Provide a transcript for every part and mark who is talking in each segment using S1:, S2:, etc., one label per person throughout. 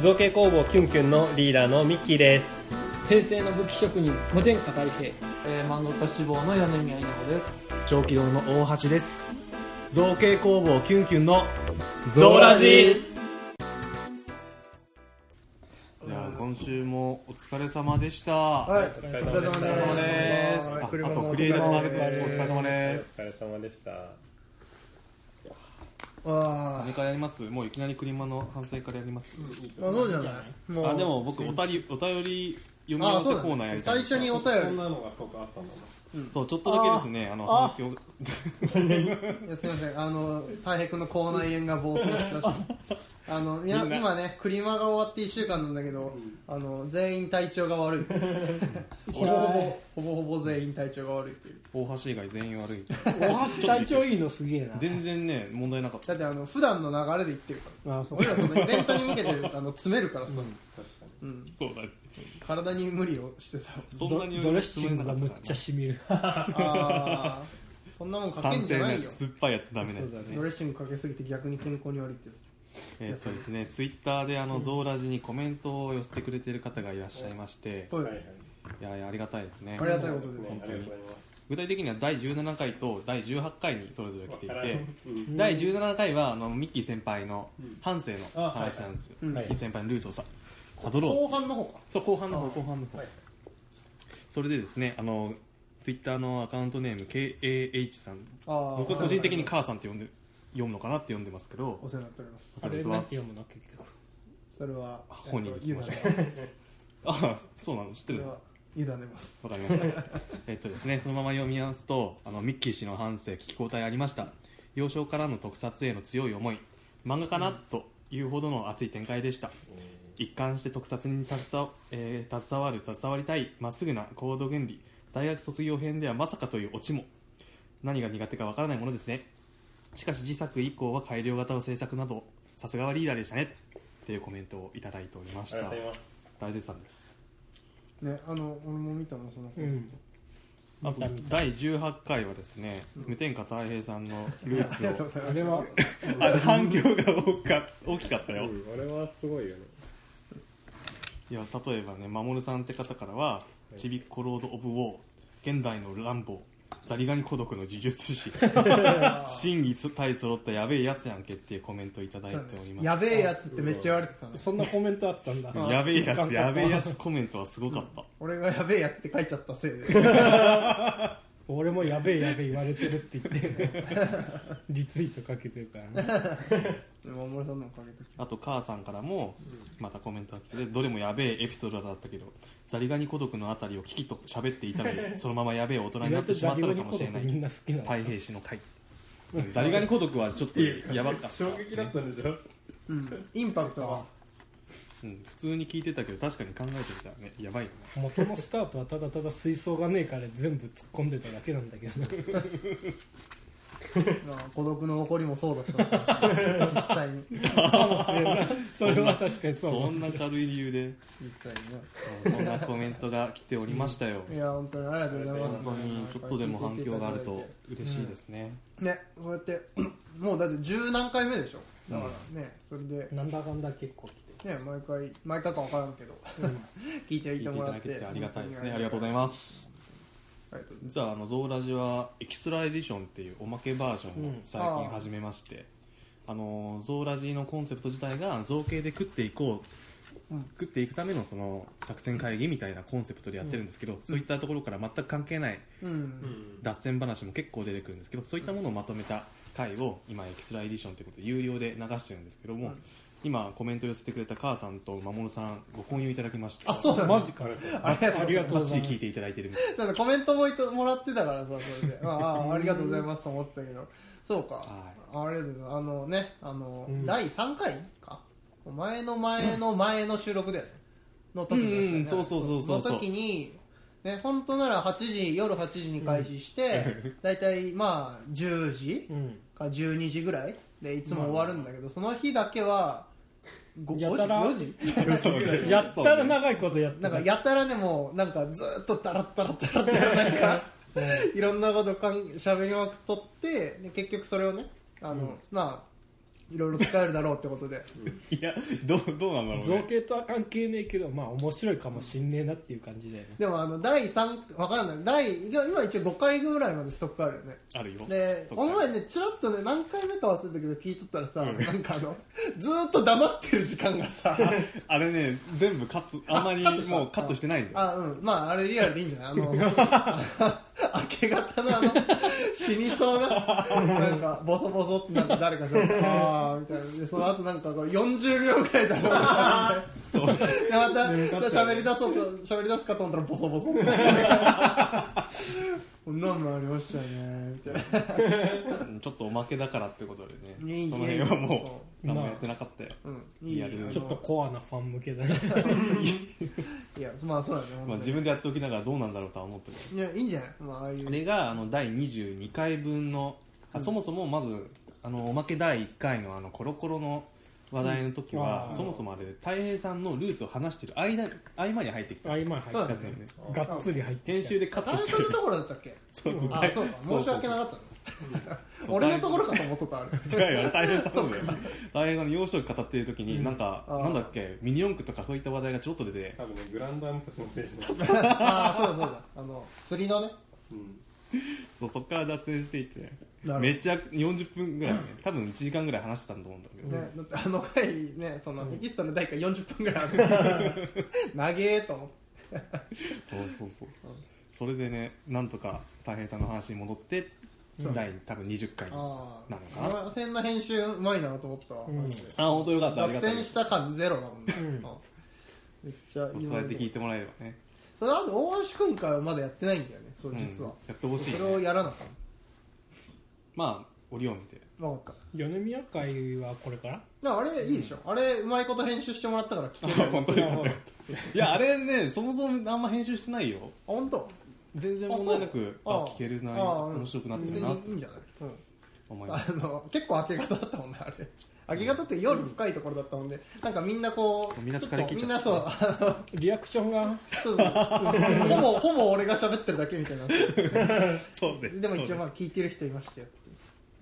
S1: 造形工房キュンキュンのリーダーのミッキーです
S2: 平成の武器職人御殿下太平
S3: えー、漫画家志望の米宮稲穂です。
S4: 長期堂の大橋です造形工房キュンキュンの
S1: ゾーラジ
S4: いやー今週もお疲れ様でした、はい
S3: はい、お疲れ様です。
S4: お疲れ様ですああとクリエイターズマーケットもお疲れ様
S1: お
S4: です
S1: 疲れ様でした
S5: わあ
S4: 何からやりますもういきなり車の反省からやります、
S5: まあそうじゃないもう
S4: あでも僕おたりお便り読み合
S5: あ
S4: わせ
S5: そ
S4: コ
S5: う
S4: ー
S5: だ
S4: ナーやりたい
S5: 最初にお便
S1: のがそうかあったんだ
S4: そうちょっとだけですねあの反響
S5: りいやすいませんあの大平君の口内炎が暴走してましたあのみな今ねクリマが終わって1週間なんだけどあの全員体調が悪いほぼほぼほぼほぼ全員体調が悪いっていう
S4: 大橋以外全員悪い
S2: 大橋隊長いいのすげえな
S4: 全然ね問題なかった
S5: だってあの普段の流れで言ってるから
S2: あそう
S5: 俺らそのイベントに向けてあの詰めるからさ、うん、
S4: そうだ
S5: 体に無理をして た
S4: そ
S2: ド
S4: んなに
S2: ドレッシングがむっちゃ
S4: ゃ
S2: 染みる
S5: ああそんなもんかけ
S4: 酸
S5: んじ
S4: 性
S5: ゃ
S4: の
S5: ない
S4: や
S5: よ
S4: つ酸っぱいやつダメなやつ
S2: そうだ
S4: ね
S5: ドレッシングかけすぎて逆に健康に悪いってやつ
S4: えっとですねツイッターであのゾーラジにコメントを寄せてくれてる方がいらっしゃいまして
S5: ぽい、
S1: はいはい
S4: いやいやありがたいですね
S5: ありがたいことで
S1: ね
S5: ね
S1: ありがとうございます
S4: 具体的には第17回と第18回にそれぞれ来てい
S1: わからん
S4: て
S1: うん
S4: 第17回はあのミッキー先輩の半生の
S1: あはい
S4: 話なんですよ
S5: う
S4: ミ
S5: ん
S4: ッキー先輩のルーツをさたどろう
S5: 後半の方か
S4: そう後半の方後半の方、
S1: はい
S4: それでですねあのツイッターのアカウントネーム KAH さん
S5: ああ
S4: 僕は個人的に母さんって呼んで読むのかなって呼んでますけど
S5: お世話になっております
S2: あれ何て読むの結局
S5: それは
S4: 本人に聞き
S5: えっ
S4: ま
S5: と
S4: しょう
S5: 委ねま
S4: あ
S5: す
S4: そうなの知っ
S5: そ
S4: て
S5: れ
S4: る
S5: は
S4: わ
S5: 委ねます
S4: かりました えっとですねそのまま読み合わすとあのミッキー氏の半生聞き応えありました幼少からの特撮への強い思い漫画かな、というほどの熱い展開でした一貫して特撮に携わ,、えー携わる携わりたいまっすぐな行動原理大学卒業編ではまさかというオチも何が苦手かわからないものですねしかし自作以降は改良型の制作などさすがはリーダーでしたねっていうコメントをいただいておりまし
S1: ありがと
S4: た
S1: うございます
S4: 大絶賛です
S5: ねあの俺も見たのその
S2: うん
S4: あと
S2: 見た見た
S4: 第18回はですね、無添加太平さんのルー
S5: あ
S4: ツ
S5: りがとう
S4: を
S5: ござい
S2: あ
S5: ます
S2: れは
S4: あの反響が多か大きかったよ、
S1: うんあれはすごいよね
S4: いや例えばね守さんって方からは「ちびっこロード・オブ・ウォー」「現代の乱暴」「ザリガニ孤独の呪術 師」「真偽対揃ったやべえやつやんけ」っていうコメントをいただいております
S5: やべえやつってめっちゃ言われてたの
S2: そんなコメントあったんだ
S4: やべえやつやべえや
S2: つ
S4: つコメントはすごかった、
S5: 俺がやべえやつって書いちゃっ たせいで
S2: 俺もやべえやべえ言われてるって言っ てリツイートかけてるからね
S5: 今森さんのおかげで
S4: あと母さんからもまたコメントが来ててどれもやべえエピソードだったけどザリガニ孤独のあたりを聞きと喋っていたのでそのままやべえ大人
S2: 意
S4: に
S2: 外
S4: なっ
S2: と
S4: てし
S2: ザ
S4: まっ
S2: リ
S4: た
S2: ガ
S4: の
S2: ニ
S4: かも
S2: 孤
S4: しれ
S2: 独
S4: ない
S2: みんな好きなの
S4: 太平氏の回ザリガニ孤独はちょっとやばかった、
S1: 衝撃だったんでしょ
S5: うんインパクトが
S4: うん、普通に聞いてたけど確かに考えてみたらねやばいよね
S2: 元のスタートはただただ水槽がねえから全部突っ込んでただけなんだけど ね
S5: まあ孤独の残りもそうだったのかもし れない実際に
S2: かもしれんないそれは確かにそう
S4: そんな軽い理由で
S5: 実際にね
S4: うんそんなコメントが来ておりましたよ
S5: いや本当にありがとうございます
S4: 本当にちょっとでも反響があると嬉しいですね、
S5: ねそうやって もうだって十何回目でしょだからね、それで
S2: なんだかんだ結構来て
S5: ね毎回毎回か分からんけど、 聞いてい
S4: 聞
S5: て
S4: いてい
S5: も
S4: た
S5: らっ
S4: だけ
S5: て
S4: てありがたいですねありがとうござい
S5: ま
S4: ます
S5: すありがとうござい
S4: 実はあのゾーラジはエキストラエディションっていうおまけバージョンを最
S5: うんあ
S4: 近
S5: ー
S4: 始めまして、あのゾーラジのコンセプト自体が造形で食っていこう、
S5: うん
S4: 食っていくためのその作戦会議みたいなコンセプトでやってるんですけど、そういったところから全く関係ない
S5: ますうん、
S4: 脱線話も結構出てくるんですけどそういったものをまとめた回を今エキストラエディションということで有料で流してるんですけども、
S5: うん
S4: 今コメント寄せてくれた母さんと守さんご購入いただきまして
S5: あそうだ、ね、
S2: マジか
S5: ありがとうございます
S2: ありがとう
S4: マ
S2: ござ
S4: ジ
S2: いま
S4: で聞
S2: す
S4: いていただいてるみ たい
S5: だってコメントもいたもらってたからさそ れでああありがとうございますと思ったけどそうか、ありがとうございますあのねあの、
S2: うん
S5: 第3回か前の前の前の収録だよね、の時のやつだよね
S4: うんそうそうそうそうそう
S5: の時にね本当なら8時夜8時に開始して、だいたいまあ10時、
S2: うん
S5: か12時ぐらいでいつも終わるんだけど、その日だけはご
S2: や
S5: 5
S2: た
S5: 時
S2: ら
S5: 4時
S4: そうね
S2: やったら長いことやって
S5: なん
S2: た
S5: かやたらでもなんかずーっとダラッダラッダラッダラなんかいろんなことかんしゃべりまくっとってで結局それをねあの、まあいろいろ使えるだろうってことで
S4: いやどうどうなんだろう
S2: 造
S4: ね
S2: 形とは関係ねえけどまあ面白いかもしんねえなっていう感じだよね
S5: でもあの第3わかんない第いや今一応5回ぐらいまでストックあるよね
S4: あるよ
S5: で
S4: そっか
S5: この前ねちらっとね何回目か忘れたけど聞いとったらさ、
S4: うん
S5: なんかあのずーっと黙ってる時間 がさ
S4: あれね全部カットあんまり
S5: あカットした
S4: もうカットしてないんだよ
S5: あうんまああれリアルでいいんじゃないあ の明け方のあの死にそうななんかボソボソってなんか誰かしらああみたいなでその後なんかこう40秒ぐらいだろ
S4: そう
S5: でまた喋り出そうと喋り出すかと思ったらボソボソこんなんもありましたねみたいな
S4: ちょっとおまけだからってことでね
S5: いい
S4: その辺はもう
S2: いい
S4: 何もやってなかったよ
S5: う、ん、いい
S4: リアルで
S5: あの
S2: ちょっとコアなファン向けだね
S5: いやまあそうだね、
S4: まあ、
S5: 本当
S4: 自
S5: に
S4: 分でやっておきながらどうなんだろうとは思ってる
S5: いやいいんじゃないまあああいう
S4: あれがあの第22回分のあそもそもまずあのおまけ第1回のあのコロコロの話題の時は、
S2: うん
S4: そもそもあれたい平さんのルーツを話してる間合間に入ってきた
S2: あ今入った
S4: やつだよね
S2: がっつり入って
S4: 編
S2: きた
S4: 集でカット
S5: 男
S4: して
S5: 性の
S4: る
S5: ところだったっけ
S4: そうそう
S5: あそうか申し訳なかったね 俺のところかと思っとったあれ
S4: 違うよ大平さんそうだよ大平さんの幼少期語ってる時に、なんか
S5: あー
S4: なんだっけミニ四駆とかそういった話題がちょろっと出て
S1: 多分ねグランドアムサシの選手だった、
S5: ああそうだそうだあの釣りのね
S1: うん、
S4: そうそっから脱線していって
S5: なるほど
S4: めっちゃ40分ぐらい、ね、多分1時間ぐらい話してたんだと思うんだけど、
S5: ねだってあの回ねそのエキストラの第1回40分ぐらいあ る長えと思って
S4: そうそうそうそうそれでねなんとか大平さんの話に戻って、
S5: うん
S4: 第多分20回に
S5: あ
S4: な
S5: あ
S4: の
S5: そ
S4: かな
S5: の辺の編集うまいなと思ったわ、
S2: うん
S5: マジで
S4: あ本当よかったありが
S5: 脱
S4: たい
S5: 線した感ゼロだもんね、
S2: うん
S5: あめっちゃいい
S4: そうやって聞いてもらえればね、
S5: それあと大橋君からまだやってないんだよねそう
S4: うん
S5: 実は、
S4: やってほしい、
S5: それを
S4: ね、
S5: やらなかっ
S4: まあ折を見て
S5: た分かっ
S2: 米宮会はこれから
S5: ただからあれいいでしょ、あれうまいこと編集してもらったから聞ける よ
S4: 本当にいやあれねそもそもあんま編集してないよ
S5: 本当
S4: 全然問題なく
S5: あそう
S4: あ聞けるな
S5: あうん
S4: 面白くなってるな
S5: 別
S4: と
S5: にいいんじゃない、うん
S4: 思いま
S5: あ
S4: す
S5: の結構明け方だったもんねあれ明け方って夜深いところだったもんで、なんかみんなこう
S4: そうみんな疲れ切っちゃった
S5: みんなそうあ
S2: リアクションが
S5: そうそうほぼほぼ俺が喋ってるだけみたいになって
S4: そうね
S5: でも一
S4: そ
S5: 応
S4: う
S5: まあ聞いてる人いましたよ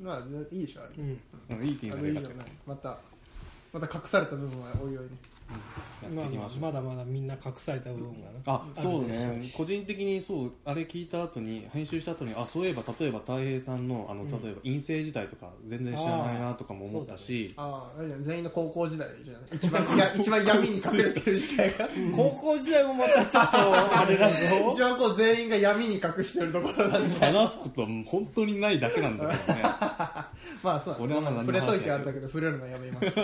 S5: まあいいでしょあれ
S2: うん
S4: ねうんいいティ
S5: あ
S4: ー
S5: のいい
S4: ン
S5: じ
S4: が
S5: ゃ
S4: 出
S5: な
S4: た
S5: い
S4: から
S5: またまた隠された部分はおいおいね
S2: ま
S4: や
S2: あ
S4: っていき
S2: ま
S4: ま
S2: あ
S4: しょ
S2: ま
S4: う
S2: だまだみんな隠された部分がな
S4: あそう
S2: あるで
S4: ね
S2: しょ
S4: 個人的にそうあれ聞いた後に編集した後にあそういえば例えばたい平さんのあの
S2: ん
S4: 例えば陰性時代とか全然知らないなとかも思ったし
S5: あああれじゃん全員の高校時代じゃない一番や一番闇に隠れてる時代が
S2: 高校時代もまたちょっとあれだぞ
S5: 一番こう全員が闇に隠してるところなん で
S4: 話すことはもう本当にないだけなんだけど ね
S5: まあそうだ
S4: 俺はまだ何も
S5: 触れといてあれだけど触れるのやめましょうい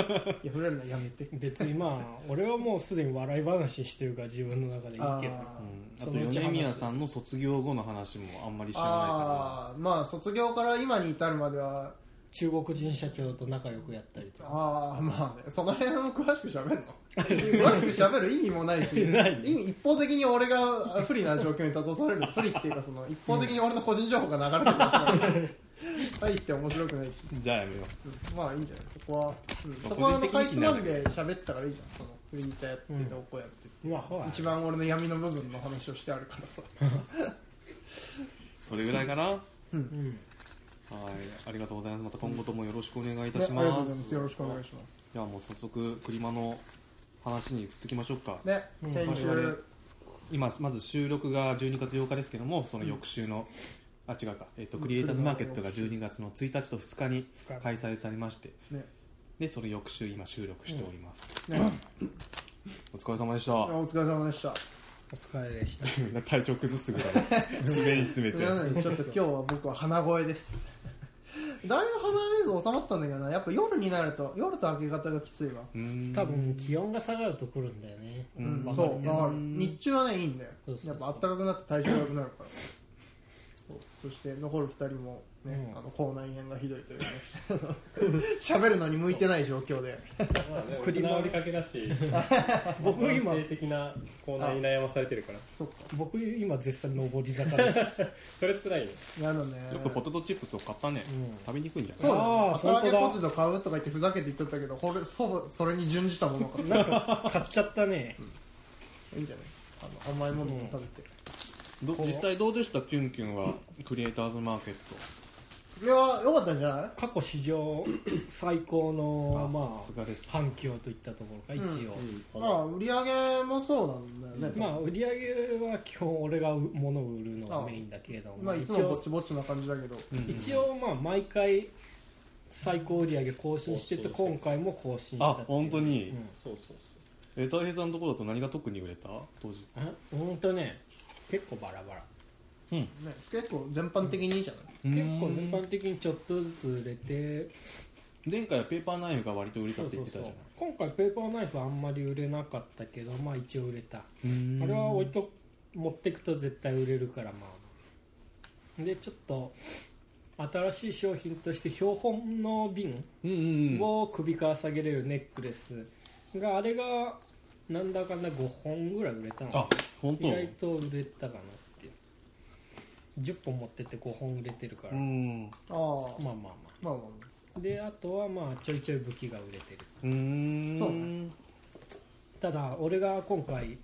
S5: や触れるのやめて
S2: 別にまあ俺はもうすでに笑い話してるから自分の中でいい
S5: あ
S2: けど
S4: うん
S5: あ
S4: あ
S2: そ
S4: と
S2: のうち話す
S4: 米宮さんの卒業後の話もあんまり知らないか
S5: ああまあ卒業から今に至るまでは
S2: 中国人社長と仲良くやったりとか
S5: ああまあねその辺も詳しく喋るの詳しく喋る意味もないし
S2: ないね
S5: 意味一方的に俺が不利な状況に立たされる不利っていうかその一方的に俺の個人情報が流れてるから大して面白くないし、
S4: らじゃあやめよう
S5: うんまあいいんじゃないそこは、うん
S4: そう
S5: そこはあの
S4: 個
S5: かい
S4: 人的
S5: つ
S4: にな
S5: ま
S4: る
S5: んで喋ったからいいじゃんそのフリーターやってどうこうやって、
S2: まあほら
S5: 一番俺の闇の部分の話をしてあるからさ
S4: それぐらいかなはい
S2: うん
S4: ありがとうございますまた今後ともよろしくお願いいた
S5: ね
S4: し
S5: ありがとう
S4: ま
S5: ございます
S4: す
S5: よろしくお願いします
S4: じゃあもう早速クリマの話に移ってきましょうか
S5: ね
S2: うん
S5: 先週、
S4: 我々今まず収録が12月8日ですけどもその翌週の、あ違うか、えっとクリエイターズマーケットが12月の1日と2日に
S2: 日
S4: 開催されまして
S5: ね
S4: でその翌週今収録しております、
S5: ね
S4: お疲れ様でした
S5: あお疲れ様でした。
S2: お疲れでした
S4: みんな体調崩すぐらい 詰めに詰
S5: す
S4: め
S5: み
S4: て
S5: ません、ちょっと今日は僕は鼻声です。 だいぶ鼻水収まったんだけどな、やっぱ夜になると、夜と明け方がきついわ。
S4: うーん
S2: 多分気温が下がると来るんだよね
S5: う
S4: うんん、
S5: そう、だから
S4: うん
S5: 日中はね、いいんだよ
S2: そう。そ
S5: や
S2: う
S5: っ
S2: そう
S5: ぱ暖かくなって体調が良くなるから。そうそして残る二人もね、
S2: うん
S5: あの口内炎がひどいというね 喋るのに向いてない状況で
S1: まあね
S2: 栗
S1: 栗
S2: も
S1: 治りかけだし
S2: 僕今
S1: 慢性的なコーナーに悩まされてるから
S5: そうか
S2: 僕今絶賛上り坂です、
S1: それ辛いね
S5: なのね
S4: よくポテトチップスを買ったね、
S2: うん
S4: 食べにくいんじゃ
S5: そう
S4: ない
S5: だね
S2: あー
S5: 後揚げ
S2: 本当だ
S5: ポテト買うとか言ってふざけて言っとったけどこれそうそれに準じたものか
S2: なんか買っちゃったね
S5: いいんじゃないあの甘いものも食べて、
S4: ど実際どうでしたキュンキュンはクリエイターズマーケッ
S5: いやーよかったんじゃない
S2: 過去史上最高のま
S4: さすがです
S2: あ反響といったところか一応、
S5: まあ売り上げもそうなんだよね、
S2: まあ売り上げは基本俺が物を売るのがメインだけれども、
S5: まあいつ
S2: 一
S5: もぼ
S2: 応
S5: ちぼちな感じだけど
S2: 一応まあ毎回最高売り上げ更新してて今回も更新した
S4: あ
S2: っていう
S4: 本当に、
S2: うん
S1: そうそう
S4: えたい平さんのところだと何が特に売れた当日
S2: あほんとね結構バラバラ
S5: ね結構全般的にいいじゃない
S2: 結構全般的にちょっとずつ売れて
S4: 前回はペーパーナイフが割と売れ
S2: そ
S4: たっ
S2: う
S4: て
S2: そ
S4: 言っ
S2: う
S4: て
S2: そ
S4: た
S2: う
S4: じゃない
S2: 今回ペーパーナイフあんまり売れなかったけどまあ一応売れた
S4: うーん
S2: あれは置いと持ってくと絶対売れるからまあでちょっと新しい商品として標本の瓶
S4: うんうんうん
S2: を首から下げれるネックレスがあれがなんだかんだ5本ぐらい売れたの
S4: あ本当
S2: 意外と売れたかなっていう10本持ってって5本売れてるから、
S4: う
S2: ま
S4: んう
S5: ああ
S2: あまあま
S5: まあまあ
S2: あであとはまあちょいちょい武器が売れてる
S4: ーん
S5: そう
S2: ただ俺が今回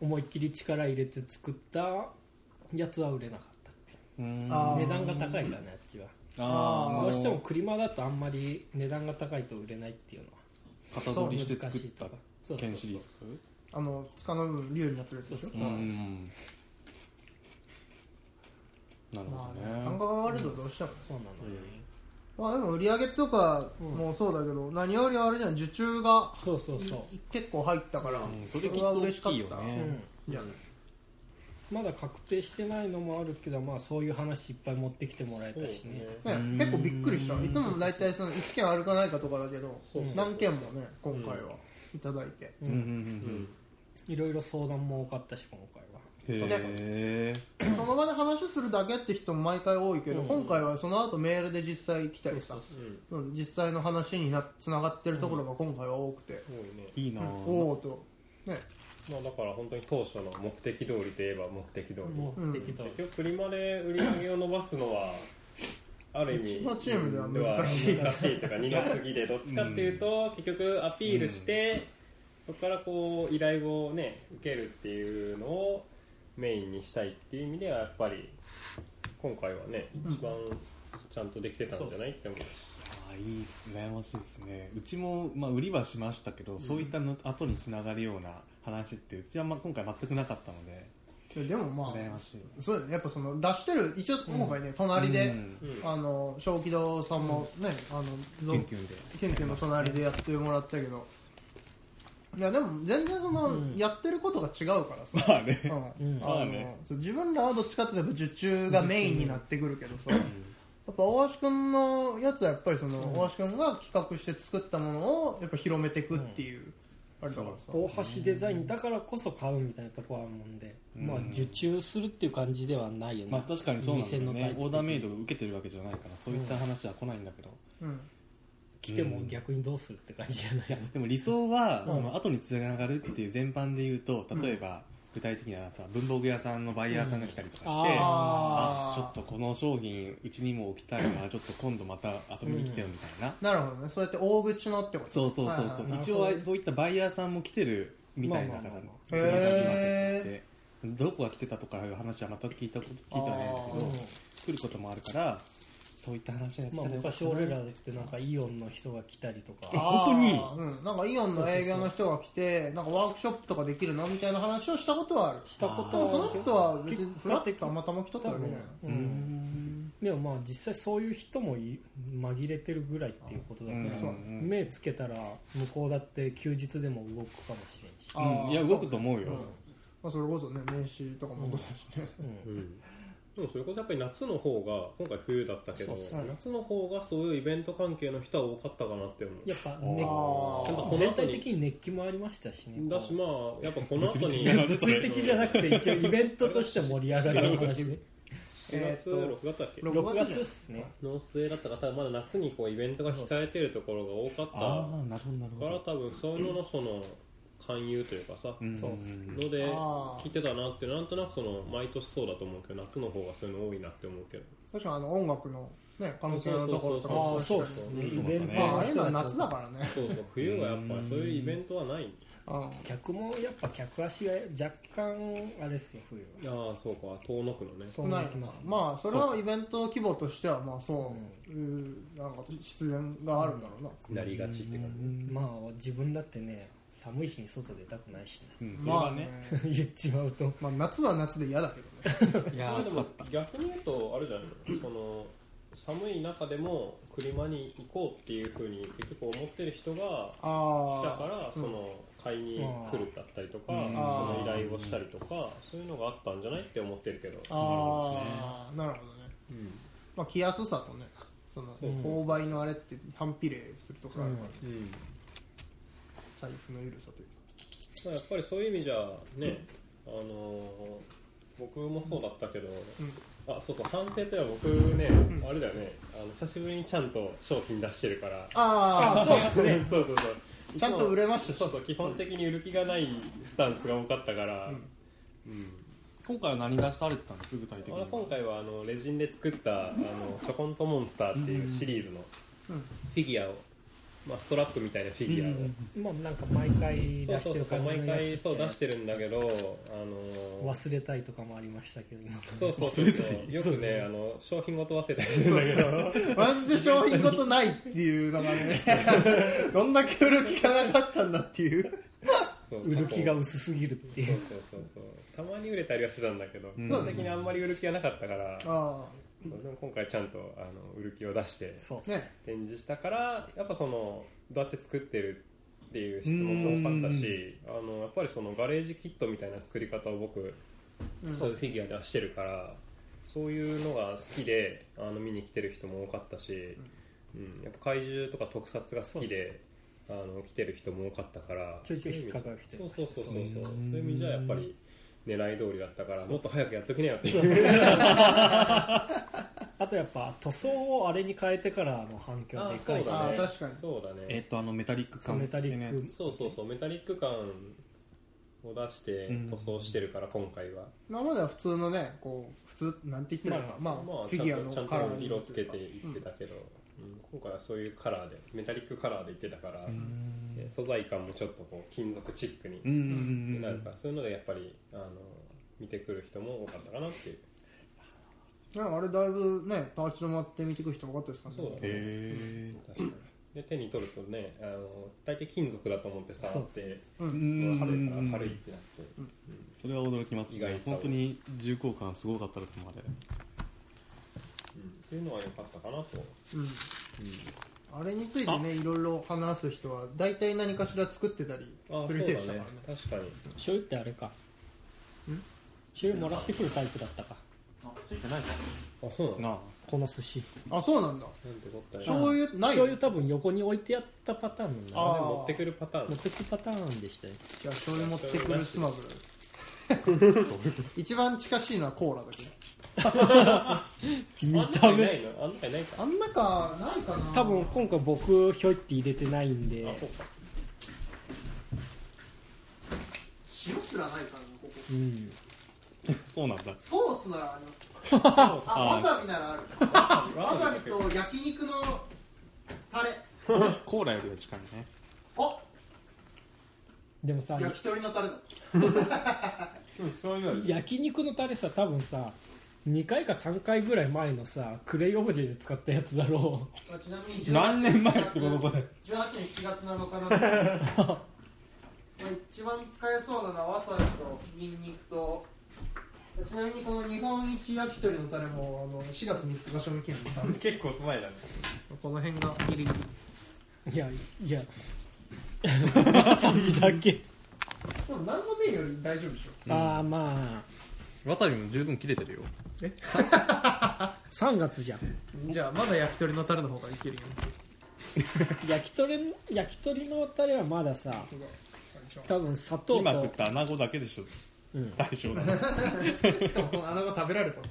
S2: 思いっきり力入れて作ったやつは売れなかったっていう
S4: うーん
S5: あー
S2: 値段が高いからねあっちは
S5: あー
S2: どうしても車だとあんまり値段が高いと売れないっていうのは
S4: 型取りして
S2: 難
S4: 作っ
S2: しいと
S4: た
S2: かそうそう
S4: 剣
S2: そ
S4: シ
S2: う
S4: リーズ
S5: あのつかの部分竜になってるやつでしょ
S4: う
S2: そ
S4: ん
S2: う
S4: う
S2: そ
S4: んなる
S5: ま
S4: ほ
S5: あ
S4: ど
S5: ね単
S4: ね
S5: 価が上がるとどうしても
S2: そうなのよね、
S5: まあでも売り上げとか
S2: うん
S5: もそうだけど何よりあれじゃん受注が
S2: そうそうそ
S5: 結構入ったから
S4: うん
S5: そ
S4: そ
S5: れ
S4: れ
S5: は嬉しかっ
S4: きっと大
S5: た
S4: きいよ
S2: う、
S4: ね
S2: うん、
S5: じゃない
S2: まだ確定してないのもあるけど、まあ、そういう話いっぱい持ってきてもらえたしね
S1: そ
S5: ね
S4: うん
S5: 結構びっくりしたいつも大体その1件あるかないかとかだけど
S1: そうそう
S5: 何件もね今回はいただいて
S4: うんうんうん
S2: いろいろ相談も多かったし今回は
S4: うん
S5: ん
S4: へえ
S5: その場で話をするだけって人も毎回多いけど
S2: うん
S5: 今回はその後メールで実際来たりさ
S1: ううん
S5: うん実際の話になつながってるところが今回は多くて
S1: 多いね
S4: いいなぁ
S5: おおとね
S1: まあだから本当に当初の目的通りといえば目的通り
S2: もうできた、
S1: 結局プリマで売り上げを伸ばすのはある意
S5: うち
S1: 味
S5: のチームでは難しい
S1: では難しいとか二の次でどっちかっていうと結局アピールしてそこからこう依頼をね受けるっていうのをメインにしたいっていう意味ではやっぱり今回はね一番ちゃんとできてたんじゃないって思う
S4: あーいいっすね羨ましいですねうちも、まあ、売りはしましたけど、そういったの後につながるような話ってうちは、まあ、今回全くなかったので
S5: でもま
S4: 羨
S5: あ
S4: ましい
S5: そうだよねやっぱその出してる一応今回ね隣で
S4: うん
S1: うん
S5: あの小気道さんもねあの
S4: 研究で
S5: ケンケンの隣でやってもらったけどいやでも全然その、やってることが違うからさ、
S4: まあね
S5: うん
S2: うん
S5: あの
S4: まあね
S5: そう自分らはどっちかっていうと受注がメインになってくるけどさやっぱ大橋君のやつはやっぱりその、大橋君が企画して作ったものをやっぱ広めていくっていう、あれだからさ
S2: 大橋デザインだからこそ買うみたいなとこはあるもんで、まあ受注するっていう感じではないよね、
S4: まあ確かにそうなんだよ
S2: 店のタイ
S4: ね
S2: プ的に
S4: オーダーメイドを受けてるわけじゃないからそういった話は来ないんだけど、
S5: うん
S2: 来ても逆にどうするって感じじゃない
S4: いやでも理想は、その後につながるっていう全般で言うと例えば、具体的にはさ文房具屋さんのバイヤーさんが来たりとかして、
S2: うんあー
S4: あちょっ
S5: ああ
S4: とこの商品うちにも置きたいなちょっと今度また遊びに来てよみたいな、
S5: なるほどねそうやって大口のってこと
S4: そうそうそう
S5: は
S4: そ、
S5: いうはい
S2: はい
S4: 一応はそういったバイヤーさんも来てるみたいだから、
S2: まあまあま
S5: あまあへー
S4: でどこが来てたとかいう話はまた聞いたこと聞いたらないですけど、
S5: あ
S4: 来ることもあるからそういった話はやった
S2: まあ
S4: らよかっ
S2: 昔
S4: たな
S2: 俺らってなんかイオンの人が来たりと
S4: あ
S2: か
S4: 本当に
S5: あーうん、なんかイオンの営業の人が来てなんかワークショップとかできるのみたいな話をしたことはある
S2: したこと
S5: でもそ
S2: は
S5: の人は別にフラッとたまたま来とっただけだよ
S2: うんでもまあ実際そういう人もい紛れてるぐらいっていうことだから、
S4: うんうん
S2: 目つけたら向こうだって休日でも動くかもしれんし、
S4: うんいや動くと
S5: ま
S4: 思うよ、
S5: あ、それこそね名刺とかも落としたしね、
S2: うん
S1: でもそれこそやっぱり夏の方が今回冬だったけど
S2: そうそう
S1: 夏の方がそういうイベント関係の人は多かったかなって思う
S2: やっぱ、
S5: あー
S1: やっぱこの後
S2: ね、
S1: に
S2: 全体的に熱気もありましたしね
S1: だしまあやっぱこの後に
S4: 物理的な
S2: 物理的じゃなくて一応イベントとして盛り上がる
S1: 4
S2: 話ね
S1: 月
S5: えーっ
S1: 6月だっけ
S5: と
S2: 6月ですね
S1: の末だったから多分まだ夏にこうイベントが控えてるところが多かった
S4: ああなるほどなるほ
S1: から
S4: ど
S1: 多分そういうののその勧誘というかさ
S4: ん
S2: そうっ
S1: ので
S5: あー
S1: 聞いてたなってなんとなくその毎年そうだと思うけど夏の方がそういうの多いなって思うけど
S5: 確かにあの音楽のねカムテのところとか
S2: あ
S5: も
S2: あ
S5: 確か
S2: そう
S5: に
S2: ですね
S1: うん
S2: イベント
S5: まあ
S2: の
S5: ああいうの
S2: 人
S5: は
S2: たち
S5: 夏だからね
S1: そうそう冬はやっぱそういうイベントはない
S5: うん
S2: 客もやっぱ客足が若干あれですよ冬は
S1: ああそうか遠野区のね
S2: そう
S5: な
S2: ないりますね
S5: まあそれはイベント規模としてはまあそういうなんか必然があるんだろうな、
S1: なりがちって感じ
S2: まあ自分だってね寒い日に外出たくないしね
S4: うん、それ
S5: ま
S4: は
S5: あね
S4: ね、
S2: 言っちまうと
S5: まあ、夏は夏で嫌だけどね
S4: い
S1: ま
S4: や
S1: あ
S4: ー
S1: で
S4: 暑か
S1: も
S4: った
S1: 逆に言うとあれじゃないのこの寒い中でも車に行こうっていうふうに結局思ってる人が
S5: あ
S1: 来た
S5: あ
S1: からその買いに来るだったりとか
S4: うん
S1: その依頼をしたりとかそういうのがあったんじゃないって思ってるけど
S5: ああなるほどね、まあ、着やすさとねその
S1: そう
S5: 購買のあれって反比例するところあるから、ね
S1: うん
S5: 財布の緩さというか
S1: まあやっぱりそういう意味じゃね、あのー僕もそうだったけど、あそうそう反省といえば僕ね、あれだよねあの久しぶりにちゃんと商品出してるから
S5: ああ
S1: そうですね そうそうそう
S5: ちゃんと売れましたし
S1: そうそう基本的に売る気がないスタンスが多かったから、うん
S4: 今回は何が出されてたんです具体的に
S1: あの今回はあのレジンで作ったあのチョコントモンスターっていうシリーズの
S5: うん
S1: フィギュアを、まあ、ストラップみたいなフィギュアを、
S2: もうなんか毎回出
S1: そうそうそ
S2: してる
S1: う
S2: 感じ
S1: 毎
S2: のや
S1: 回
S2: つ
S1: そう出してるんだけど、あのー
S2: 忘れたいとかもありましたけど今
S1: そうそうそうよくねあの商品ごと忘れたりするんだけど
S5: マジで商品ごとないっていうのがね どんだけ売る気がなかったんだっていう
S1: そう
S2: 売る気が
S1: そう
S2: 薄すぎるって
S1: そ
S2: いうう
S1: そうそうたまに売れたりはしてたんだけど、
S4: ん
S1: 基本的にあんまり売る気がなかったから、
S5: あ
S1: そうでも今回ちゃんとあの売る気を出して
S2: そう
S5: あね
S1: 展示したからやっぱそのどうやって作ってるっていう質問も多かったしあのやっぱりそのガレージキットみたいな作り方を僕、そういうフィギュアではしてるからそういうのが好きであの見に来てる人も多かったし、うんやっぱ怪獣とか特撮が好きであの来てる人も多かったから
S2: ちょいちょい引っかかる人
S1: そうそうそうそうそうそういう意味じゃやっぱり狙い通りだったからもっと早くやっときなよっていう
S2: あとやっぱ塗装をあれに変えてからの反響でかいです
S5: あ
S2: ね
S5: ー確かに
S1: そうだね
S4: えっとあのメタリック
S2: そう
S4: 感
S2: メタリック
S1: そうそうそうメタリック感を出して
S4: うん
S1: 塗装してるから今回は、
S5: 今までは普通のねこう普通なんて言ってるのか、まあ
S1: まあ
S5: フィギュアの
S1: ちゃん
S5: カラ
S1: と
S5: ーに
S1: 色つけていってたけど、うん今回はそういうカラーでメタリックカラーでいってたから、で素材感もちょっとこう金属チックに、
S4: うんうんうんう
S1: なん
S4: ん
S1: かそういうのでやっぱりあの見てくる人も多かったかなっていう
S5: ねあれだいぶね立ち止まって見てくる人多かったですからね
S1: そうだね
S4: へ
S1: 確かにで手に取るとねあの大体金属だと思って触って
S4: え
S5: うん
S1: 軽いから軽
S4: 軽
S1: いっ
S4: い
S1: てなって、
S4: それは驚きます
S1: 意外
S4: ね
S1: と
S4: 本当に重厚感すごかったですもんあれ
S1: うんっていうのは良かったかなと
S5: うんあれについてねいろいろ話す人は大体何かしら作ってたり
S1: ああ
S5: す
S1: そう
S5: る
S1: だ
S5: 人
S1: ね
S5: でしたから
S1: 確か
S5: ね
S1: に
S2: 醤油ってあれか醤油もらってくるタイプだったか
S1: あそうなんだ
S4: なあ
S2: この寿司
S5: あそうなんだ
S1: なんてこったよ
S5: 醤油ない
S2: 醤油多分横に置いてやったパターンなんだ
S5: あ
S1: あで持ってくるパターン
S2: 持ってくパターンでしたよ
S5: じゃあ醤油持ってくるスマブラです 一番近しいのはコーラだけど
S2: 見た
S1: あん中にな
S2: 目
S1: いのあん中にないか
S5: あん中ないかな
S2: 多分今回僕ひょいって入れてないんで
S1: あそうか
S5: 塩すらないからなここ
S2: うん
S4: そうなんだ
S5: ソースならありますあわさびならあるわさびと焼肉のタレ
S4: コーラよりは近いね
S5: あ
S2: でもさ
S5: 焼き鳥のタレだ
S1: うんそういうので
S2: 焼肉のタレさ多分さ2回か3回ぐらい前のさクレイオブジェで使ったやつだろ
S5: あちなみに18
S4: 何年前ってことこれ
S5: 18年7月7日なんでこれ一番使えそうなのはわさびとニンニクとちなみにこの日本一焼き鳥のタレもあの4月3日が賞味期限なんで
S1: 結構すまいだね
S5: この辺がギリギリ
S2: ういやいや わさびだけ
S5: でも何もねえより大丈夫でしょ
S2: ああまあ
S4: わさびも十分切れてるよ
S2: 3月じゃん
S5: じゃあまだ焼き鳥のタレの方がいけるよ
S2: 焼き鳥の焼き鳥のタレはまださ多分砂糖
S4: 今食っ
S2: と
S4: た穴子だけでしょ
S2: うん
S4: 大丈夫だね
S5: しかもその穴が食べられたっ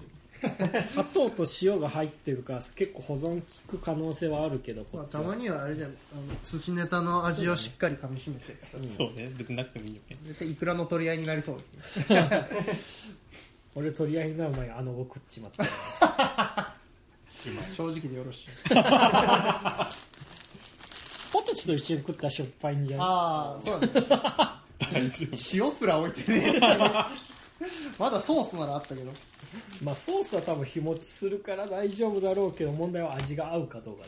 S5: ていう
S2: 砂糖と塩が入ってるから結構保存効く可能性はあるけどこ
S5: まあ、
S2: っち
S5: た
S2: は
S5: まにはあれじゃんあの寿司ネタの味をしっかり噛みしめて、
S4: そうね別になくてもいいよね
S5: 絶対いくらの取り合いになりそうですね
S2: 俺取り合いになる前にあの子食っちまった
S4: 今
S5: 正直でよろしい
S2: ポテチと一緒に食ったらしょっぱいんじゃない
S5: ああそうだね
S4: 大丈夫
S5: 塩すら置いてねまだソースならあったけど
S2: まあソースは多分日持ちするから大丈夫だろうけど問題は味が合うかどうかだ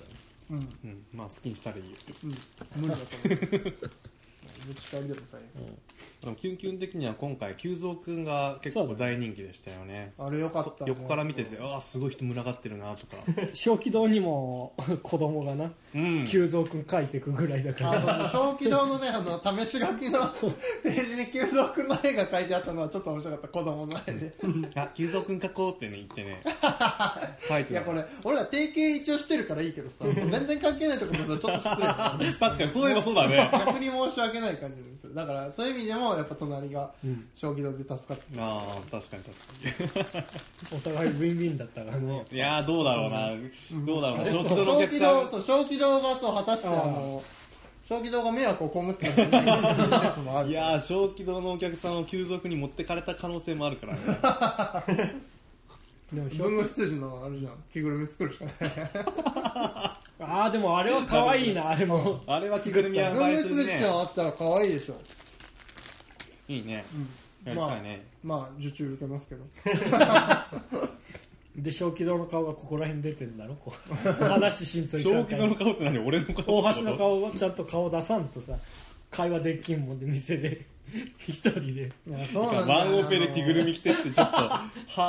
S2: ね
S5: うん、
S4: うん、まあ好きにしたらいいよ
S5: うん、無理だと思うぶちかりでもさえ
S4: でもキュンキュン的には今回久蔵くんが結
S2: そ
S4: 構
S2: うだ
S4: 大人気でしたよね
S5: あれよかったね
S4: 横から見ててああすごい人群がってるなとか
S2: 小気道にも子供がな
S4: うん
S2: 急蔵君書いてくぐらいだから、
S5: あそうそう小気道のねあの試し書きのページに急蔵君の絵が書いてあったのはちょっと面白かった子供の絵で
S4: あ久蔵くん書こうってね言ってね書い
S5: い
S4: て
S5: や
S4: た
S5: これ俺ら定型一応してるからいいけどさ全然関係ないところだとちょっと失礼だね
S4: 確かにそういえばそうだね
S5: 逆に申し訳ない感じでするだからそういう意味でもやっぱ隣が
S2: うん
S5: 小気道で助かって
S4: ああ確かに確か
S2: お互いウィンウィンだったからね
S4: にいやーどうだろうな、どうだろうな
S5: で
S4: 小
S5: そう
S4: 気道のお
S5: 小
S4: 客さん
S5: 気道そう小気道がそう果たしてあの小気道が迷惑を被ってるんじゃないかっていう説もあ る
S4: いやー小気道のお客さんを急速に持ってかれた可能性もあるからね
S2: でも小
S5: 文具羊のあるじゃん着ぐるみ作るしかない
S2: ああでもあれは可愛いなあれも
S4: あれは着ぐるみは
S5: 文
S4: 最
S5: 具
S4: 初に
S5: 羊
S4: ね
S5: ちゃんあったら可愛いでしょ
S4: いいねやり
S5: ま
S4: た
S5: あ
S4: いね、
S5: まあ受注受けますけど
S2: で小気道の顔がここら辺出てんだろこう話しんといか
S4: 小
S2: ん
S4: 気
S2: か
S4: 道の
S2: ら
S4: 顔って何俺の顔ってこと
S2: 大橋の顔をちゃんと顔出さんとさ会話できんもんで店で一人で
S5: いやそうなんだよ
S4: ワンオペで着ぐるみ着てってちょっとハ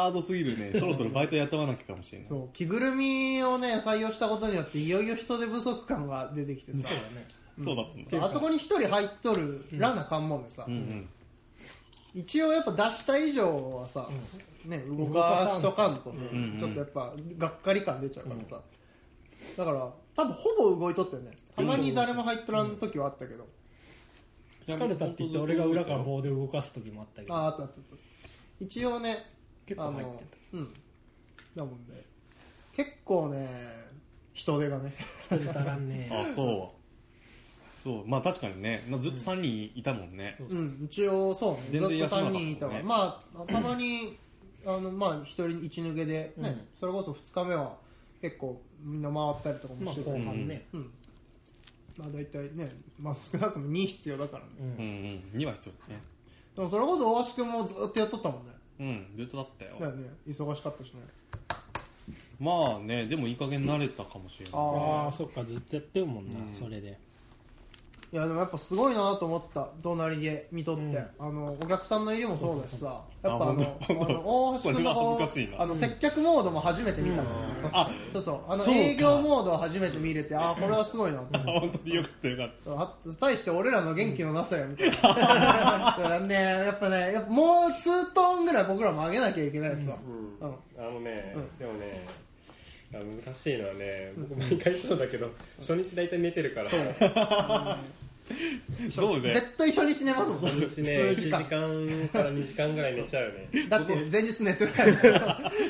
S4: ードすぎる ねそろそろバイト雇わなきゃかもしれない
S5: そう着ぐるみをね採用したことによっていよいよ人手不足感が出てきてさ
S4: そうだったんだ
S5: あそこに一人入っとるラナ関門でさ、
S4: うんうん
S5: 一応やっぱ出した以上はさ、ね、動かしとかんとね、
S4: んうん
S5: ちょっとやっぱがっかり感出ちゃうからさ、だから多分ほぼ動いとったよねたまに誰も入っとらん時はあったけど、
S2: 疲れたって言って俺が裏から棒で動かす時もあったけど
S5: あああったあったあった一応ね
S2: 結構入ってた
S5: あのうんだもんね結構ね人手がね
S2: 人手足らん ね
S4: あそうそうまあ確かにねまあずっと3人いたもんね、
S5: うん一応そうね
S4: 全
S5: ずっと
S4: 然休まなかっ
S5: 3
S4: たもんね
S5: 人いたから、まあたまにあのまあ一人一抜けで、ね
S2: うん
S5: それこそ2日目は結構みんな回ったりとか
S2: ま
S5: も
S2: あ
S5: して
S2: 後
S5: たし
S2: 半ね
S5: うんまあ大体ね、まあ、少なくとも2必要だからね、
S2: う
S4: うん
S2: ん
S4: うん2は必要だね
S5: でもそれこそ大橋君もずっとやっとったもんね
S4: うんずっとだったよ
S5: だよね忙しかったしね
S4: まあねでもいい加減慣れたかもしれない
S2: あ
S5: あ
S2: あそっかずっとやってるもんな
S4: うん
S2: それで
S5: いやでもやっぱすごいなと思った隣で見とって、
S2: うん
S5: あのお客さんの入りもそうだしさやっぱあの
S4: あ
S5: あ
S4: 本当
S5: の大橋君の
S4: これは恥
S5: こ
S4: ずかしいうな
S5: あの接客モードも初めて見たもん、
S4: あ
S5: そうそうあの
S4: そうか
S5: 営業モードを初めて見れてあこれはすごいなと思った
S4: あ本当によかったよかっ
S5: あ対して俺らの元気のなさよみたいなだから ねやっぱねやっぱもう2トーンぐらい僕らも上げなきゃいけないですよ、
S1: うん
S5: うん
S1: あのね、
S5: うん
S1: でもねあ難しいのはね僕毎回そうだけど初日大体寝てるから初
S4: たそうね
S5: 絶対初日寝ますもん
S1: 日ね1
S5: 数
S1: 時
S5: 時
S1: 間
S5: 間
S1: から2時間ぐらい寝ちゃうね
S5: だって前日寝てない もん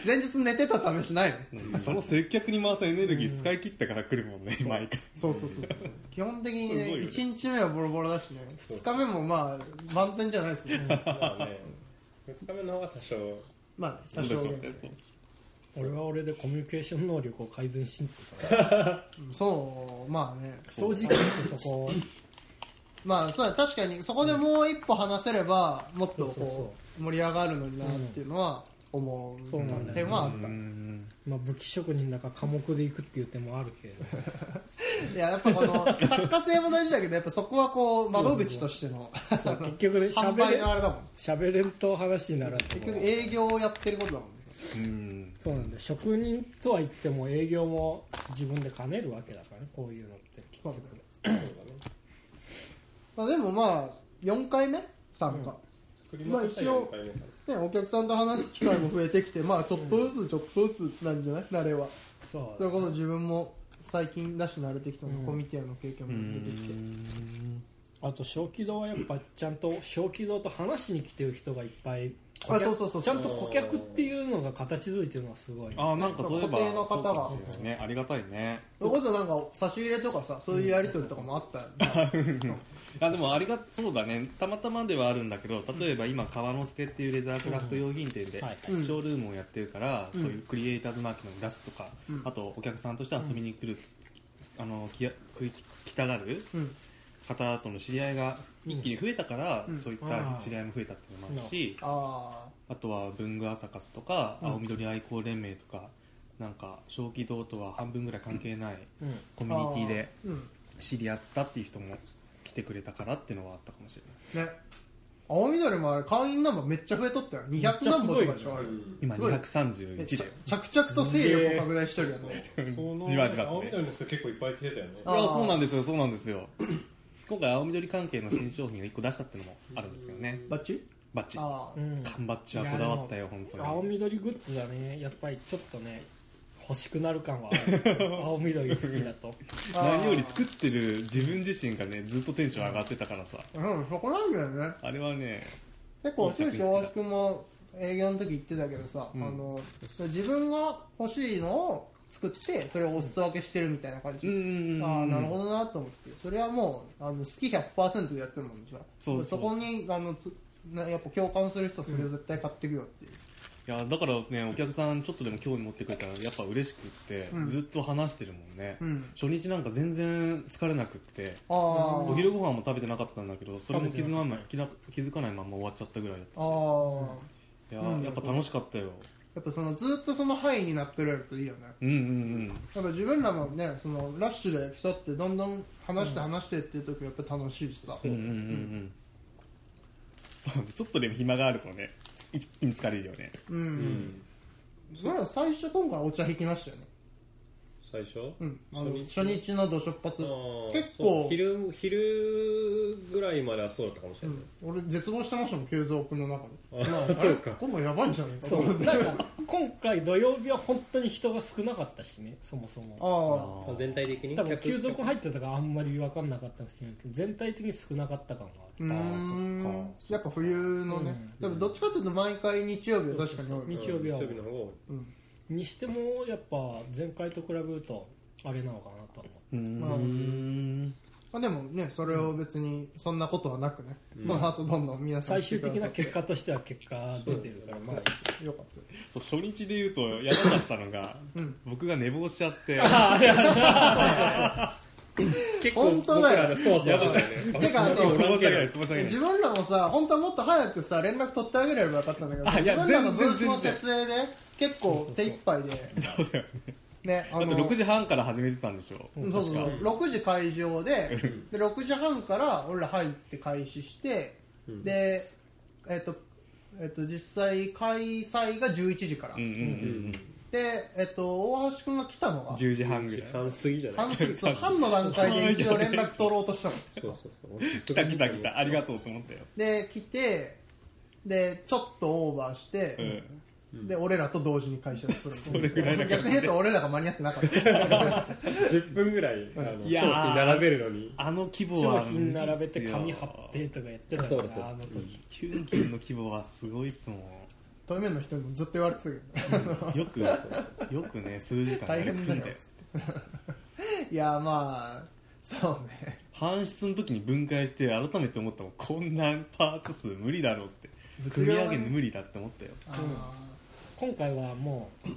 S5: 前日寝てたためしないの
S4: うんその接客に回すエネルギー使い切ったから来るもんね、毎回
S5: そうそうそうそう基本的にね
S4: すごいよね
S5: 1日目はボロボロだしね2日目もまあ万全じゃないですよね
S1: まあね2日目の方が多少
S5: まあ
S4: そ
S5: 多
S4: うでし
S5: 少
S4: ょう
S5: ね
S4: ねそう
S2: 俺は俺でコミュニケーション能力を改善しんと
S5: そうまあね
S2: 正直言ってそこ
S5: まあそうだ確かにそこでもう一歩話せればもっと
S2: そうそうそ
S5: こう盛り上がるのになっていうのは思う
S2: そうなんだよね
S5: 点はあっ
S4: うん
S2: まあ武器職人だから科目で行くっていう手もあるけれど
S5: たいややっぱこの作家性も大事だけどやっぱそこはこう窓口としての
S2: そう結局ね
S5: 販
S2: 喋
S5: 売
S2: れ
S5: のあれだもん
S2: 喋れんと話にならん
S5: 結局営業をやってることだもんね
S4: うん
S2: そうなんだよ職人とは言っても営業も自分で兼ねるわけだからねこういうのって結
S5: そう
S2: 局
S5: だねまあでもまあ4回目参加、まあ一応ね、お客さんと話す機会も増えてきて、まあちょっとずつちょっとずつなんじゃない慣れは。
S2: そう
S5: そ
S2: だ
S5: れ
S2: ね
S5: こそ自分も最近だし慣れてきたので、
S2: うん
S5: コミティアの経験
S4: う
S5: も出てきて。
S4: ん
S2: あと小気道はやっぱちゃんと小気道と話しに来てる人がいっぱい
S5: あそうそうそう
S2: ちゃんと顧客っていうのが形づいてるのはすごい
S4: あーなんかそういえば
S5: 固定の方
S4: そ
S5: が
S4: うかもしれないねありがたいね
S5: それこそなんか差し入れとかさそういうやり取りとかもあったよね
S4: あでもありがそうだねたまたまではあるんだけど例えば今川之助っていうレザークラフト用品店で
S2: はい
S4: ショールームをやってるから、そういうクリエイターズマーケットに出すとか、
S5: うん
S4: あとお客さんとして遊びに来る、あのきや来来たがる
S5: うん
S4: 方との知り合いが一気に増えたから、
S5: うん
S4: そういっ
S2: あ
S4: た
S2: ー
S4: 知り合いも増えたっていうのもあるし、
S5: あ
S4: あとは文具朝活とか、
S2: うん
S4: 青緑愛好連盟とかなんか小規道とは半分ぐらい関係ない
S2: うん
S4: コ
S5: あ
S4: ミュニティで
S5: あーうん
S4: 知り合ったっていう人も来てくれたからっていうのはあったかもしれない
S5: ね青緑もあれ会員ナンバーめっちゃ増えとったよ200
S2: めっちゃ
S5: ナン
S2: す
S5: バ
S2: ご
S5: ー
S2: い
S5: と
S2: よ
S5: かでしょあれ
S4: 今
S5: すごい
S4: 231
S5: めっ
S4: だ
S5: ちゃ
S4: よ
S5: 着々と勢力を拡大してるよね
S1: の
S4: じわじわと
S1: 青
S4: ね
S1: 緑の人結構いっぱい来てたよね
S5: あ
S4: いや
S5: ー
S4: そうなんですよそうなんですよ今回青緑関係の新商品を1個出したってのもあるんですけどね
S5: バッチ
S4: バッチ
S5: ああ
S2: うん
S4: 缶バッチはこだわったよ本当に
S2: 青緑グッズはねやっぱりちょっとね欲しくなる感はあ る青緑が好きだと
S4: 何より作ってる自分自身がねずっとテンション上がってたからさ
S5: うんそこなんだよね
S4: あれはね
S5: 結構終始大橋君も営業の時言ってたけどさ、
S4: うん
S5: あの自分が欲しいのを作ってそれをお裾分けしてるみたいな感
S4: う
S5: じ、
S4: ん
S5: ああなるほどなと思ってそれはもうあの好き100%でやってるもんさ
S4: そうそう
S5: こにあのつなやっぱ共感する人はそれを絶対買っていくよっていう、
S4: いやだからねお客さんちょっとでも興味持ってくれたらやっぱ嬉しくって、
S5: うん
S4: ずっと話してるもんね、
S5: うん
S4: 初日なんか全然疲れなくって
S5: ああ
S4: お昼ご飯も食べてなかったんだけどそれも気づかない
S2: 食
S4: 気な気づかないまま終わっちゃったぐらいだった
S5: ああ
S4: いや、
S5: うん
S4: やっぱ楽しかったよ
S5: やっぱそのずっとその範囲になってられるといいよね
S4: うんうん
S5: やっぱ自分らもねそのラッシュで競ってどんどん話して話してっていう時はやっぱ楽しいしさ、
S4: うんうんうんうんうんそうちょっとでも暇があるとね一気に疲れるよね
S5: うん、それは最初今回お茶引きましたよね、
S1: 最初
S5: うん、あの初
S1: 初日
S5: 日の土出発、
S1: あ
S5: う
S1: ー
S5: 結構
S1: そう昼昼ぐらいまではそうだったかもしれない
S5: ん、俺絶望してましたもん急蔵君の中で
S1: あーそうか
S5: 今度やばいんじゃないかと
S2: そ
S5: 思っ
S2: う
S5: て
S2: なんか今回土曜日は本当に人が少なかったしねそもそも
S5: あ
S1: まあ全体的に
S2: 多分急速入
S1: っ
S2: ってたからあんまり分かんなかったかもしれないけど全体的に少なかった感があ
S5: あ
S2: る、
S5: うー
S4: あー
S5: ん
S4: そっか
S5: やっぱ冬のね、
S2: うん
S5: でもどっちかというと毎回日曜日は確かに多い
S2: 日曜日は
S1: 日曜日の方が多い
S5: うん
S2: にしてもやっぱ前回と比べるとあれなのかなとは思う
S4: うん
S5: まあまあ、でもねそれを別にそんなことはなくね、
S1: うん
S5: その後どんどん皆さん
S2: 最終的な
S5: 来て
S2: 結果としては結果出てるからまあ
S5: くださいよかったです
S4: そう初日で言うとやばかったのが、
S5: うん
S4: 僕が寝坊しちゃって
S1: 結
S5: 本当だよ
S1: 僕らのそうそう
S4: やばかった
S1: そうだよね
S5: てか
S4: 申し
S5: そう
S4: 訳ないです申し訳ないです
S5: 自分らもさ本当はもっと早くさ連絡取ってあげればよかったんだけど
S4: あい
S5: 自
S4: や
S5: 分らの
S4: 全
S5: ブ
S4: 然
S5: ースの設営で結構手一杯でねあ
S4: だって6
S5: 時
S4: 時半から始めてたんでしょ
S5: そうそうそう
S4: 確か
S5: 6時会場で で6時半から俺ら入って開始して
S1: うん
S5: でえっとえっと実際開催が11時から
S4: うんうんうん
S5: でえっと大橋君が来たの
S4: うん
S5: が
S4: 10時半ぐらい
S1: 時間過ぎじゃない
S5: 半数そう半の段階で一応連絡取ろうとしたの
S1: そうそうそう
S4: 来た来た来たありがとうと思ったよ、
S5: で来てでちょっとオーバーして、
S4: うん、
S5: で俺らと同時に会社する
S4: それぐらいな感じで
S5: 逆に言うと俺らが間に合ってなかった
S1: 10分ぐらいあの
S4: いやー
S1: 商品並べるのに
S4: あの規模
S2: 商
S4: は
S2: 品並べて紙貼ってとかやってたか
S1: そうだそう
S2: ら
S1: だ
S2: あの時
S4: キュンキュンの規模はすごいっすもん
S5: 当面の人にもずっと言われてたけどね
S4: よ くよくね数時間
S5: 大
S4: やれ
S5: 変だよ
S4: て
S5: いやまあそうね
S4: 搬出の時に分解して改めて思ったもんこんなパーツ数無理だろうって組み上げるの無理だって思ったよ
S5: あー
S2: 今回はもう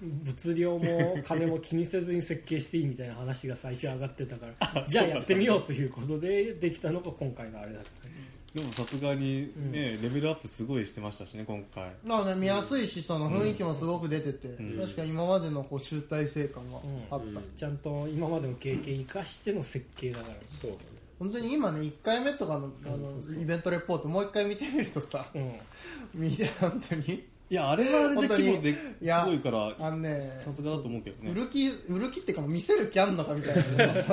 S2: 物量も金も気にせずに設計していいみたいな話が最初上がってたからじゃあやってみようということでできたのが今回のあれだったね
S4: でもさすがにね、レベルアップすごいしてましたしね今回
S5: まあね見やすいしその雰囲気もすごく出てて、
S4: ん
S5: 確かに今までのこう集大成感があった、
S1: うん
S2: ちゃんと今までの経験生かしての設計だからね
S1: そう
S5: 本当に今ね1回目とかのあのイベントレポートもう1回見てみるとさ
S2: うん
S5: 見て本当に
S4: いやあれはあれで
S5: 本当に
S4: 規模です
S5: いや
S4: ごいか
S5: あ
S4: ら
S5: のね
S4: さすがだと思うけど
S5: 売
S4: ね
S5: る気売る気ってかもう見せる気あんのかみたいなね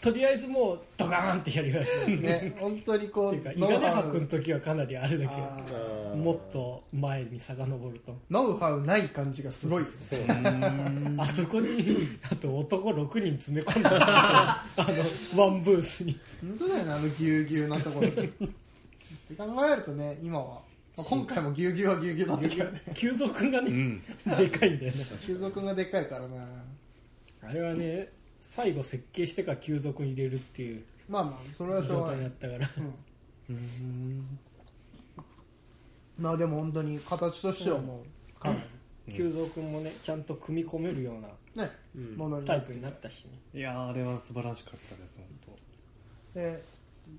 S2: とりあえずもうドカーンってやりましたね
S5: ね本当にこ
S2: っ
S5: う
S2: ていうか
S5: ノウ
S2: 五十
S5: ハ
S2: 葉
S5: ウ
S2: 君の時はかなりあれだ
S5: あ
S2: け
S5: ー
S2: どもっと前に遡ると
S5: ノウハウない感じがすごいよね
S1: そう
S2: あそこにあと男6人詰め込んだあのワンブースに
S5: 本当だよねあのぎゅうぎゅうなところって考えるとね今はまあ今回もぎゅうぎゅうはぎゅうぎゅうだったけどね
S2: 急蔵君が
S4: う
S2: ね、
S4: ん
S2: でかいんだよね
S5: 修造君がでっかいからな
S2: あれはね最後設計してから急蔵君入れるっていう
S5: まあまあそれはしょう
S2: 状
S5: がな
S2: 態
S5: い
S2: だったから
S5: うん
S4: うん
S5: まあでも本当に形としてはもうかな
S4: うん
S2: 急蔵君もねちゃんと組み込めるような
S5: りね
S1: うん
S5: ものに
S2: タ
S5: な
S2: イ
S5: っ
S2: プ
S5: て
S2: に
S5: て
S2: なったしね
S4: いやーあれは素晴らしかったです本
S5: で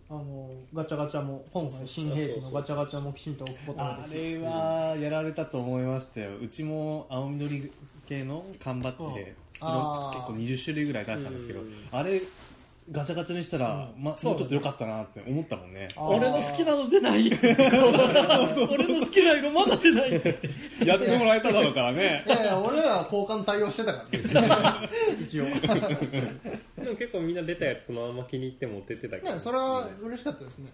S5: あのガチャガチャも今回新兵器のガチャガチャもきちんと置くこと
S4: 当
S5: が
S4: あ
S5: できて
S4: れはやられたと思いましたようちも青緑系の缶バッジで
S5: う
S4: い
S5: ん
S4: ろん
S5: あー
S4: 結構20種類ぐらい出したんですけど
S1: うん
S4: あれガチャガチャにしたら、
S2: うん
S4: ま、
S2: そう
S4: もうちょっと良かったなって思ったもんね
S5: あー
S2: 俺の好きなの出ないって言って俺の好きな色まだ出ないって言って
S4: やってもらえただろうからね
S5: いやいや俺らは交換対応してたから ね一応
S1: でも結構みんな出たやつそのまま気に入って持ってってたけど、
S5: ねそれは嬉しかったですね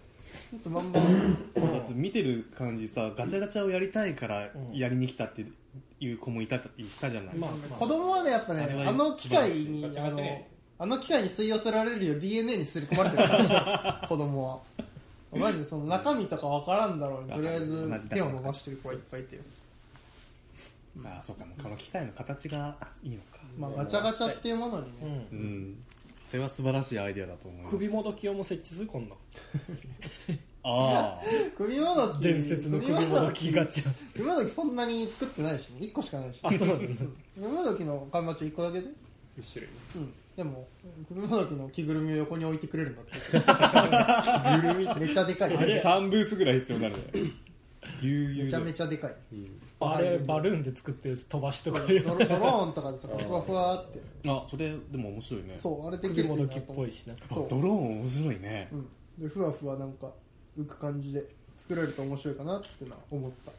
S5: ちょっとまんまうん
S4: だって見てる感じさガチャガチャをやりたいから
S2: うん
S4: やりに来たっていう子もいたしたじゃない、
S2: まあ
S5: 子供はねやっぱ
S4: あれ
S5: ね
S4: は
S5: あの機械に
S1: 素晴ら
S5: あ
S1: しい
S5: のあの機械に吸い寄せられるよう DNA に刷り込まれて るから子供はマジでその中身とか分からんだろうにとりあえず手を伸ばしてる子はいっぱいいて
S4: ああそうかもうこの機械の形がいいのか
S5: まあガチャガチャっていうものに
S2: う
S5: ね
S4: うんんそれは素晴らしいアイデアだと思います
S2: 首もどき用も設置する今度
S4: あ
S5: 首もどき
S2: 伝説の首もどきガチャ
S5: 首もどきそんなに作ってないしね1個しかないし
S2: あそうなんだ
S5: 首もどきの缶バッチ1個だけで
S1: 一種類
S5: うんでも首もどきの着ぐるみを横に置いてくれるんだって
S1: ゆるみ
S5: めっちゃでかい
S4: あ
S2: あれ
S4: 3ブースぐらい必要になるね
S5: め
S4: 悠
S5: ちゃ
S4: 々
S5: めちゃでかい
S2: あれバルーンで作ってる飛ばしと
S5: ド
S2: か
S5: ロ
S2: よ
S5: ドローンとかでさふわふわって
S4: あそれでも面白いね
S5: そうあれでき
S2: 首
S5: る
S2: も
S5: いい
S2: ど
S5: な
S2: きっ
S5: と
S2: ぽいしな
S4: あ
S5: そう
S4: ドローン面白いね
S5: うんでふわふわなんか浮く感じで作れると面白いかなってのは思った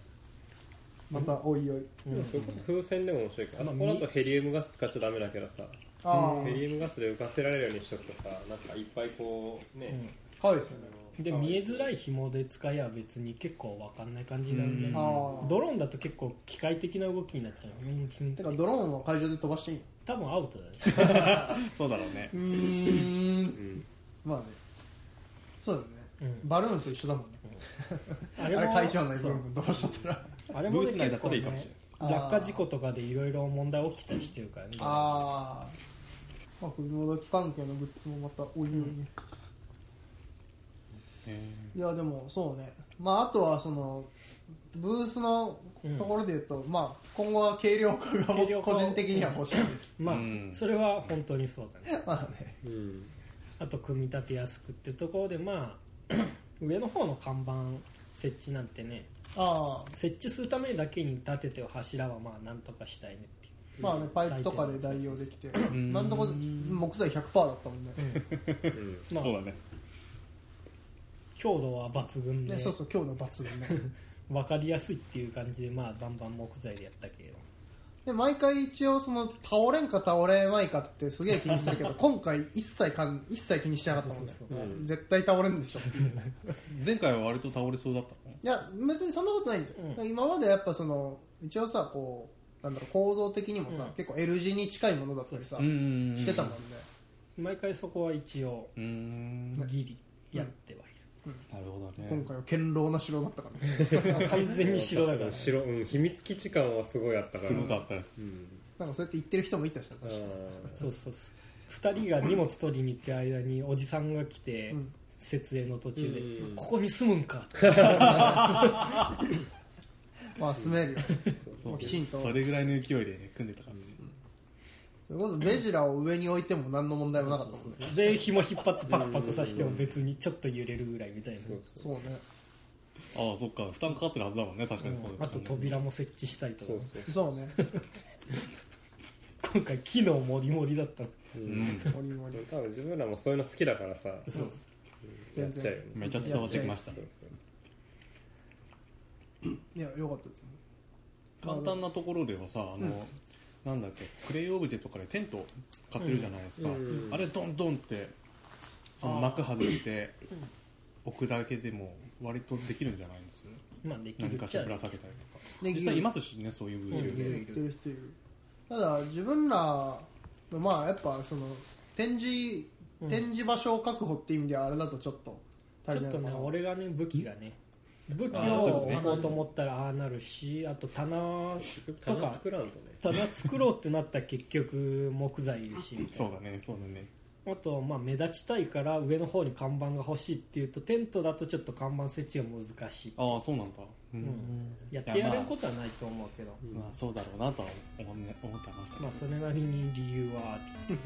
S5: またおいおい
S1: でもそれこそ風船でも面白いから、あそこだとヘリウムガス使っちゃダメだけどさ
S5: あ
S1: ヘリウムガスで浮かせられるようにしとくとさなんかいっぱいこうね、
S5: あかわいいですよね
S2: で見えづらい紐で使えば別に結構わかんない感じになるね
S4: うん
S5: ああ
S2: ドローンだと結構機械的な動きになっちゃううん
S5: てかドローンは会場で飛ばしていいの
S2: 多分アウトだね
S4: そうだろうね
S5: うー
S1: うんん、
S5: まあねそうだよね、
S2: うん
S5: バルーンと一緒だもんね
S2: あ
S5: あれ会場内部分飛ばしちゃったら
S2: あれ
S4: ブ
S2: もね
S4: ース内だったらいいかもしれ
S2: 結
S5: れ
S2: 構
S5: な
S2: ね
S5: い
S2: 落下事故とかでいろいろ問題起きたりしてるからね
S5: ああまあ首もどき関係のグッズもまたおいおいね、
S4: ない
S5: いやでもそうねまああとはそのブースのところで言うと、まあ今後は軽量化が
S2: 軽量化を
S5: 僕個人的には欲しい です
S2: まあ
S4: うん
S2: それは本当にそうだね
S5: まあね
S1: うん、
S2: あと組み立てやすくっていうところでまあ 上の方の看板設置なんてね
S5: ああ
S2: 設置するためだけに立ててる柱はまあなんとかしたいねっていう
S5: まあねパイプとかで代用できて
S4: ん
S5: なんとこ木材100%だったもんね
S1: うん、
S4: うんそうだね
S2: 強度は抜群で
S5: ねそうそう今日の抜群ね
S2: 分かりやすいっていう感じでまあバンバン木材でやったけれど
S5: で毎回一応その倒れんか倒れまいかってすげえ気にするけど今回一切かん一切気にしなかったもんね
S2: そう
S1: そうそう
S5: 絶対倒れんでしょ
S4: 前回は割と倒れそうだったの
S5: いや別にそんなことないんだよ、
S2: う
S5: 今までやっぱその一応さこうなんだろう構造的にもさ、
S2: うん
S5: 結構 L 字に近いものだったりさ、
S4: ん
S5: してたもんね、
S2: 毎回そこは一応
S4: うーんな
S2: ギリやってはい
S4: るほどね
S5: 今回は堅牢な城だったからね
S2: る、完全に白だから、
S1: 白、うん、秘密基地感はすごいあったから
S4: すごかったで
S1: う
S4: す、
S1: ん
S5: なんかそうやって言ってる人もいたしな
S1: あ
S5: 確かに
S1: ー
S2: そうそうそう2人が荷物取りに行ってる間におじさんが来て、
S5: うん
S2: 設営の途中で、
S1: うん
S2: ここに住むんかって
S5: まあ住めるよ
S4: そう
S5: きちんと
S4: それぐらいの勢いで、ね、組んでたからね、
S5: それこそベジラを上に置いても何の問題もなかったもんね
S2: で紐引っ張ってパクパクさしても別にちょっと揺れるぐらいみたいな、
S1: そうそう
S5: そうね
S4: ああそっか負担かかってるはずだもんね確かにそうだ
S2: あと扉も設置したりとか
S1: そうそう
S5: そうね
S2: 今回機能もりもりだったの
S1: う
S4: うんん
S5: モリモリ
S1: 多分自分らもそういうの好きだからさ
S2: そう
S1: や
S5: 全
S1: っちゃう
S5: 然
S1: よね
S4: めちゃ伝わってきました
S1: そうそう
S5: いやよかったです
S4: 簡単なところではさあの、なんだっけクレイオブジェとかでテント買ってるじゃないですか、
S1: うん
S4: あれドンドンってその幕外して置くだけでも割とできるんじゃないんです
S2: まあできる
S4: 何
S2: っ
S4: かし
S2: ち
S4: ら
S2: ゃ
S4: ぶら下げたりとか
S5: で
S4: 実際いますしねそういうブース
S5: 言
S4: で、
S5: ってる人いるただ自分らのまあやっぱその展示
S2: うん
S5: 展示場所を確保っていう意味ではあれだとちょっと
S2: ち
S5: 足
S2: ょ
S5: りな
S2: っ
S5: いの
S2: と
S5: かな
S2: ね俺がね武器がね武器
S4: あーそう
S2: を
S4: ね
S2: 置こうと思ったらああなるしあと棚と
S1: 棚
S2: か
S1: 作らんとね
S2: 棚作ろうってなったら結局木材いるしみたい
S4: そう
S2: な
S4: だねそうだね
S2: あと、まあ、目立ちたいから上の方に看板が欲しいっていうとテントだとちょっと看板設置が難しい
S4: ああそうなんだうん、
S2: うんやってやれることはないと思うけど
S1: うん
S4: まあそうだろうなとは思,、ね、思ってましたけど、
S2: まあそれなりに理由はある